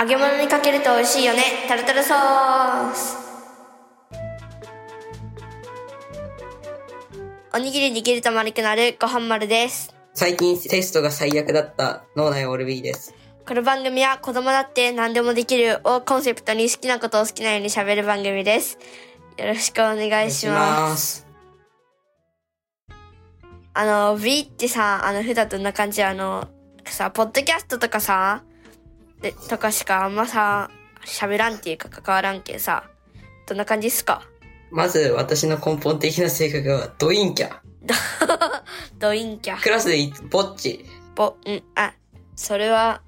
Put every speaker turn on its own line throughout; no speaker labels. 揚げ物にかけると美味しいよねタルタルソースおにぎり握ると丸くなるご飯丸です
最近テストが最悪だった脳内オルビーです。
この番組は子供だって何でもできるをコンセプトに好きなことを好きなように喋る番組ですよろしくお願いします
す。
あの V ってさあの普段どんな感じあのさポッドキャストとかさでとかしかあんまさ喋らんっていうか関わらんけんさどんな感じっすか
まず私の根本的な性格はドインキャ。
ドインキャ
クラスでいぼっち。
ぼ、うん、あ、それは、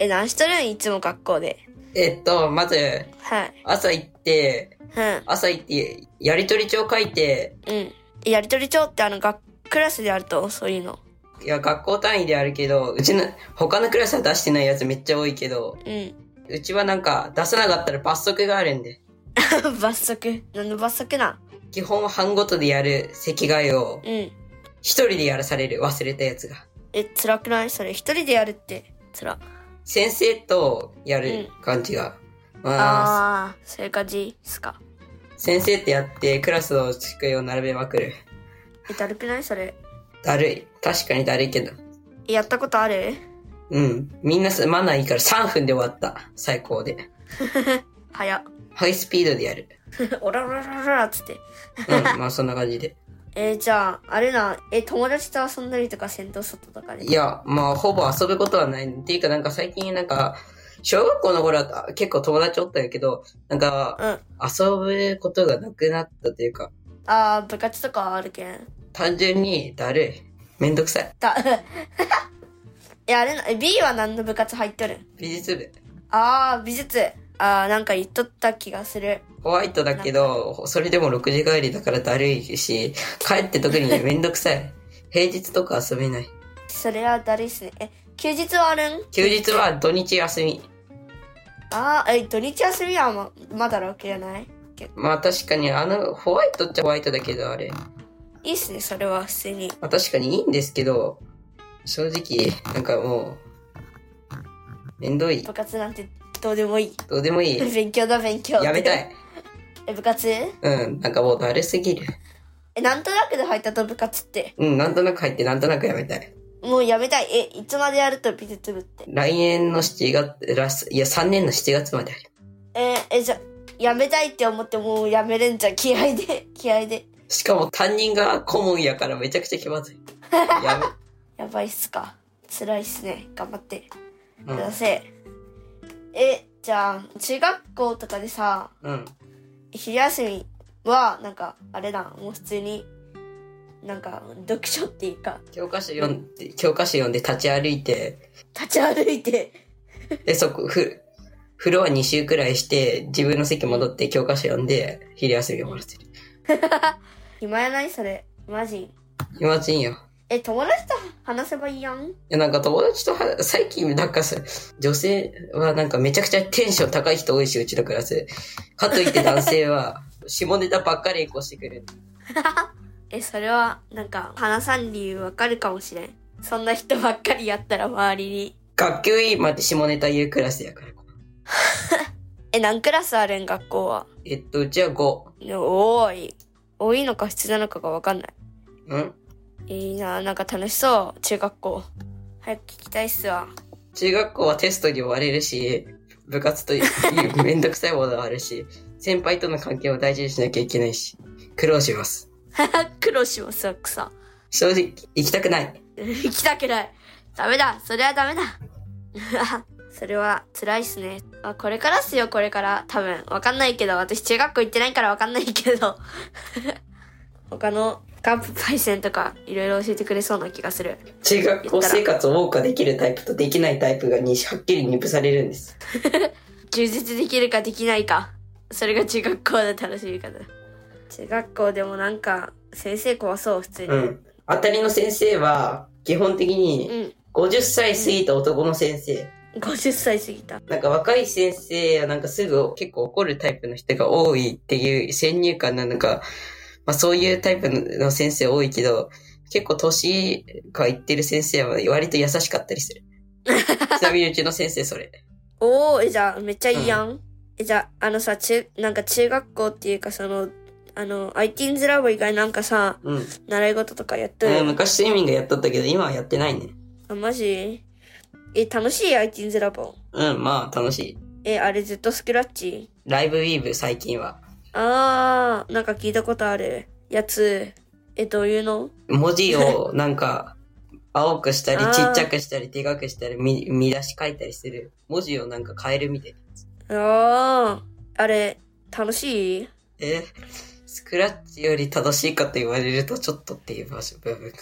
え、何しとるんいつも学校で。
えっと、まず
はい。
朝行って、
うん、
朝行ってやりとり帳書いて、
うん。えやりとり帳ってあの、学、クラスであると、そういうの。
いや学校単位であるけど、うちの他のクラスは出してないやつめっちゃ多いけど、
うん。
うちはなんか出さなかったら罰則があるんで、
罰則。何の罰則なん
基本は班ごとでやる席替えを
うん。
一人でやらされる忘れたやつが。
え、辛くないそれ、一人でやるって、辛。
先生とやる感じが。まあ、
ああー、そういう感じっすか。
先生ってやってクラスの机を並べまくる。
え、だるくないそれ。
だるい。確かにだるいけど。
えやったことある
うん。みんなすマナーいいから3分で終わった。最高で。
早 っ。
ハイスピードでやる。
おらおらおらおらっつって。
うん。まあそんな感じで。
えーじゃあ、あれな、え、友達と遊んだりとか、戦闘外とかで
い。や、まあほぼ遊ぶことはない。っていうかなんか最近なんか、小学校の頃は結構友達おったんやけど、なんか
うん。
遊ぶことがなくなったというか、
ああ、部活とかあるけん。
単純にだるい。めんどくさい。
だ、 え、あれな、え B は何の部活入っとるん
美術部。
ああ、美術。ああ、なんか言っとった気がする。
ホワイトだけど、それでも6時帰りだからだるいし、帰って特にめんどくさ い。平日とか遊べない。
それはだるいっすね。え、休日はあるん
休日は土日休み。
ああ、え、土日休みはままだ楽じゃない
まあ確かにあの、ホワイトっちゃホワイトだけどあれ。ま
いいっすね、それは普通に。
あ確かにいいんですけど、正直、なんかもう、めんどい。
部活なんてどうでもいい。
どうでもいい。
勉強だ、勉強。
やめた。い。
え、部活え、
うん、なんかもうだるすぎる。
なんとなくで入ったと部活って。
うん、なんとなく入ってなんとなくやめたい。
もうやめたい。え、いつまでやると美術部って。
来年の7月、らすいや3年の7月まである。
えーえ、じゃ、やめたいって思ってもうやめれんじゃん。気合で、気合で。
しかも担任が顧問やからめちゃくちゃ気まずい。やめ、
やばいっすか。辛いっすね。頑張って
う
く
ん
ださい。え、じゃあ、中学校とかでさ、
うん。
昼休みは、なんか、あれだ、もう普通に、なんか、読書っていうか、
教科書読んで、教科書読んで立ち歩いて、
立ち歩いて、
で、そこ、ふ、フロア2周くらいして、自分の席戻って教科書読んで、昼休みをもらってる。
暇やないそれ。マジ。
気持ちいいよ。い
え、友達と話せばいいやん
や、なんか友達とは、最近なんかさ、女性はなんかめちゃくちゃテンション高い人多いし、うちのクラス。かといって男性は、下ネタばっかり越してくる。
え、それは、なんか、話さん理由わかるかもしれん。そんな人ばっかりやったら周りに。
学級委員まで下ネタ言うクラスやから。
え、何クラスあるん学校は。
えっと、うちは5。
いや多い。多いのか普通なのかがわかんない。
うん
いいななんか楽しそう中学校早く聞きたいっすわ
中学校はテストに追われるし、部活というめんどくさいものがあるし、先輩との関係を大事にしなきゃいけないし、苦労します。
苦労しますわ草
正直、行きたくない。
行きたくないダメだそれはダメだ それは辛いっすね、まあ、これからっすよこれから多分わかんないけど私中学校行ってないからわかんないけど 他のカンプパイセンとかいろいろ教えてくれそうな気がする
中学校生活を謳歌できるタイプとできないタイプがにはっきり二分されるんです。
充実できるかできないかそれが中学校の楽しみ方中学校でもなんか先生怖そう普通に
うん。当たりの先生は、基本的
う
に
ん
50歳過ぎた男の先生。
50歳過ぎた。
なんか若い先生はなんかすぐ結構怒るタイプの人が多いっていう先入観なのか、まあそういうタイプの先生多いけど、結構年がいってる先生は割と優しかったりする。ちなみにうちの先生それ。
おおえ、じゃあ、めっちゃいいやん。え、じゃあ、あのさ、中、なんか中学校っていうか、その、あの、アイティーンズラボ以外なんかさ、
うん。
習い事とかやっとる
えー、昔スイミングやっとったけど、今はやってないね。
あ、マジえ、楽しいアイティーンズラボ。
うん、まあ、楽しい。
え、あれずっとスクラッチ
ライブウィーブ、最近は。
あー、なんか聞いたことあるやつ。え、どういうの
文字を、なんか、青くしたり
あー、
ちっちゃくしたり、でかくしたり、み見出し書いたりする。文字をなんか変えるみたいな。
あー、あれ、楽しい
えースクラッチより正しいかと言われると、ちょっとっていう場所、部分が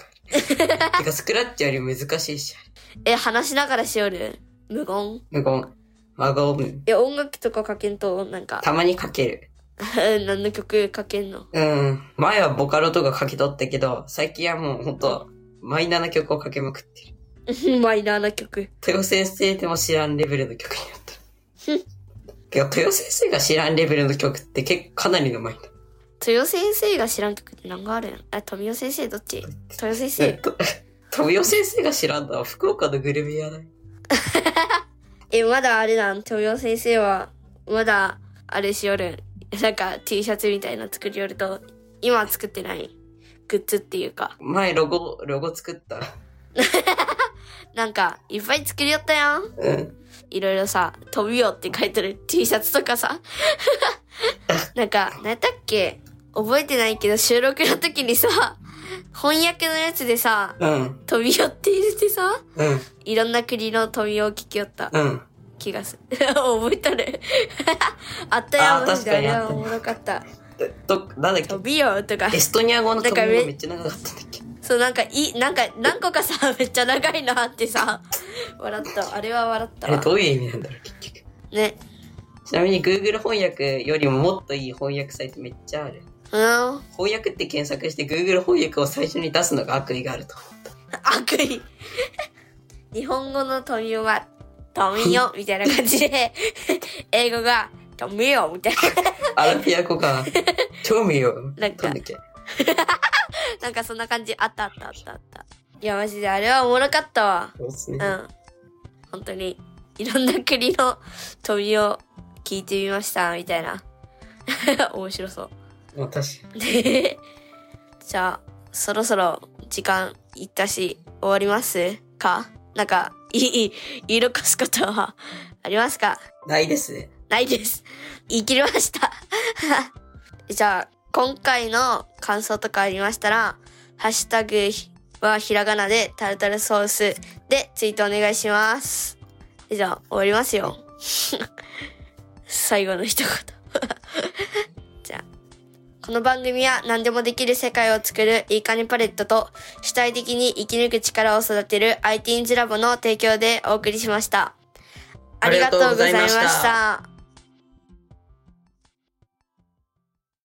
ある。てか、スクラッチより難しいし、
え、話しながらしよる無言
無言。和言。
え、音楽とかかけんと、なんか、
たまに書ける。
何の曲かけんの
うん。前はボカロとか書き取ったけど、最近はもうほんと、マイナーな曲を書けまくってる。
マイナーな曲。
豊先生でも知らんレベルの曲になった。いや、豊先生が知らんレベルの曲って結構かなりのマイナー。
豊先生が知らん曲って何があるんあ、富代先生どっち豊先
えっ
生。
と、富代先生が知らんのは福岡のグルメやない。
え、まだあれなん豊代先生は、まだ、あれしよるんなんか T シャツみたいな作りよると、今は作ってない。グッズっていうか。
前ロゴ、ロゴ作った。
なんか、いっぱい作りよったやん。
うん。
いろいろさ、飛びよって書いてる T シャツとかさ。 なんか、何やったっけ覚えてないけど、収録の時にさ、翻訳のやつでさ、
うん。
飛びよって入れてさ、
うん。
いろんな国の飛びを聞きよった
うん。
気がする。 覚えとる。 あったや
あ
ん、
ー
マジで。あ
確かに
れ
あ
は
った
おもろかった。
えど、なんだっ
飛
け
びよとか
エ、ストニア語の
な
飛
ん
び
か
語
め
めっちゃ長かったんだっけ
そうなんか、い、なんか、何個かさ、 めっちゃ長いなってさ、笑った。あれは笑った
あれ
わ。
どういう意味なんだろう、結局。
ね。
ちなみに Google 翻訳よりももっといい翻訳サイトめっちゃある。
うん。
翻訳って検索して Google 翻訳を最初に出すのが悪意があると。
悪意。 日本語の富代は、富 代みたいな感じで、英語が、富代みたいな。
アラビア 語が、興味を、
なんか
んだっけ
なんかそんな感じ。あったあったあったあった。いや、マジであれはおもろかったわ。
そうですね
う。ん。本当に、いろんな国の富代を聞いてみました、みたいな。 面白そう。
まあ確かに。
で、じゃあ、そろそろ時間いったし、終わりますかなんか、いい、いい言い残すことはありますか
ないですね。
ないです。言い切りました。 じゃあ、今回の感想とかありましたら、ハッシュタグはひらがなでタルタルソースでツイートお願いします。じゃあ、終わりますよ。 最後の一言。 じゃあ、この番組は何でもできる世界を作るいいかにパレットと主体的に生き抜く力を育てる i t ンズラボの提供でお送りしました。ありがとうございま
ありがとうございま
し
したた。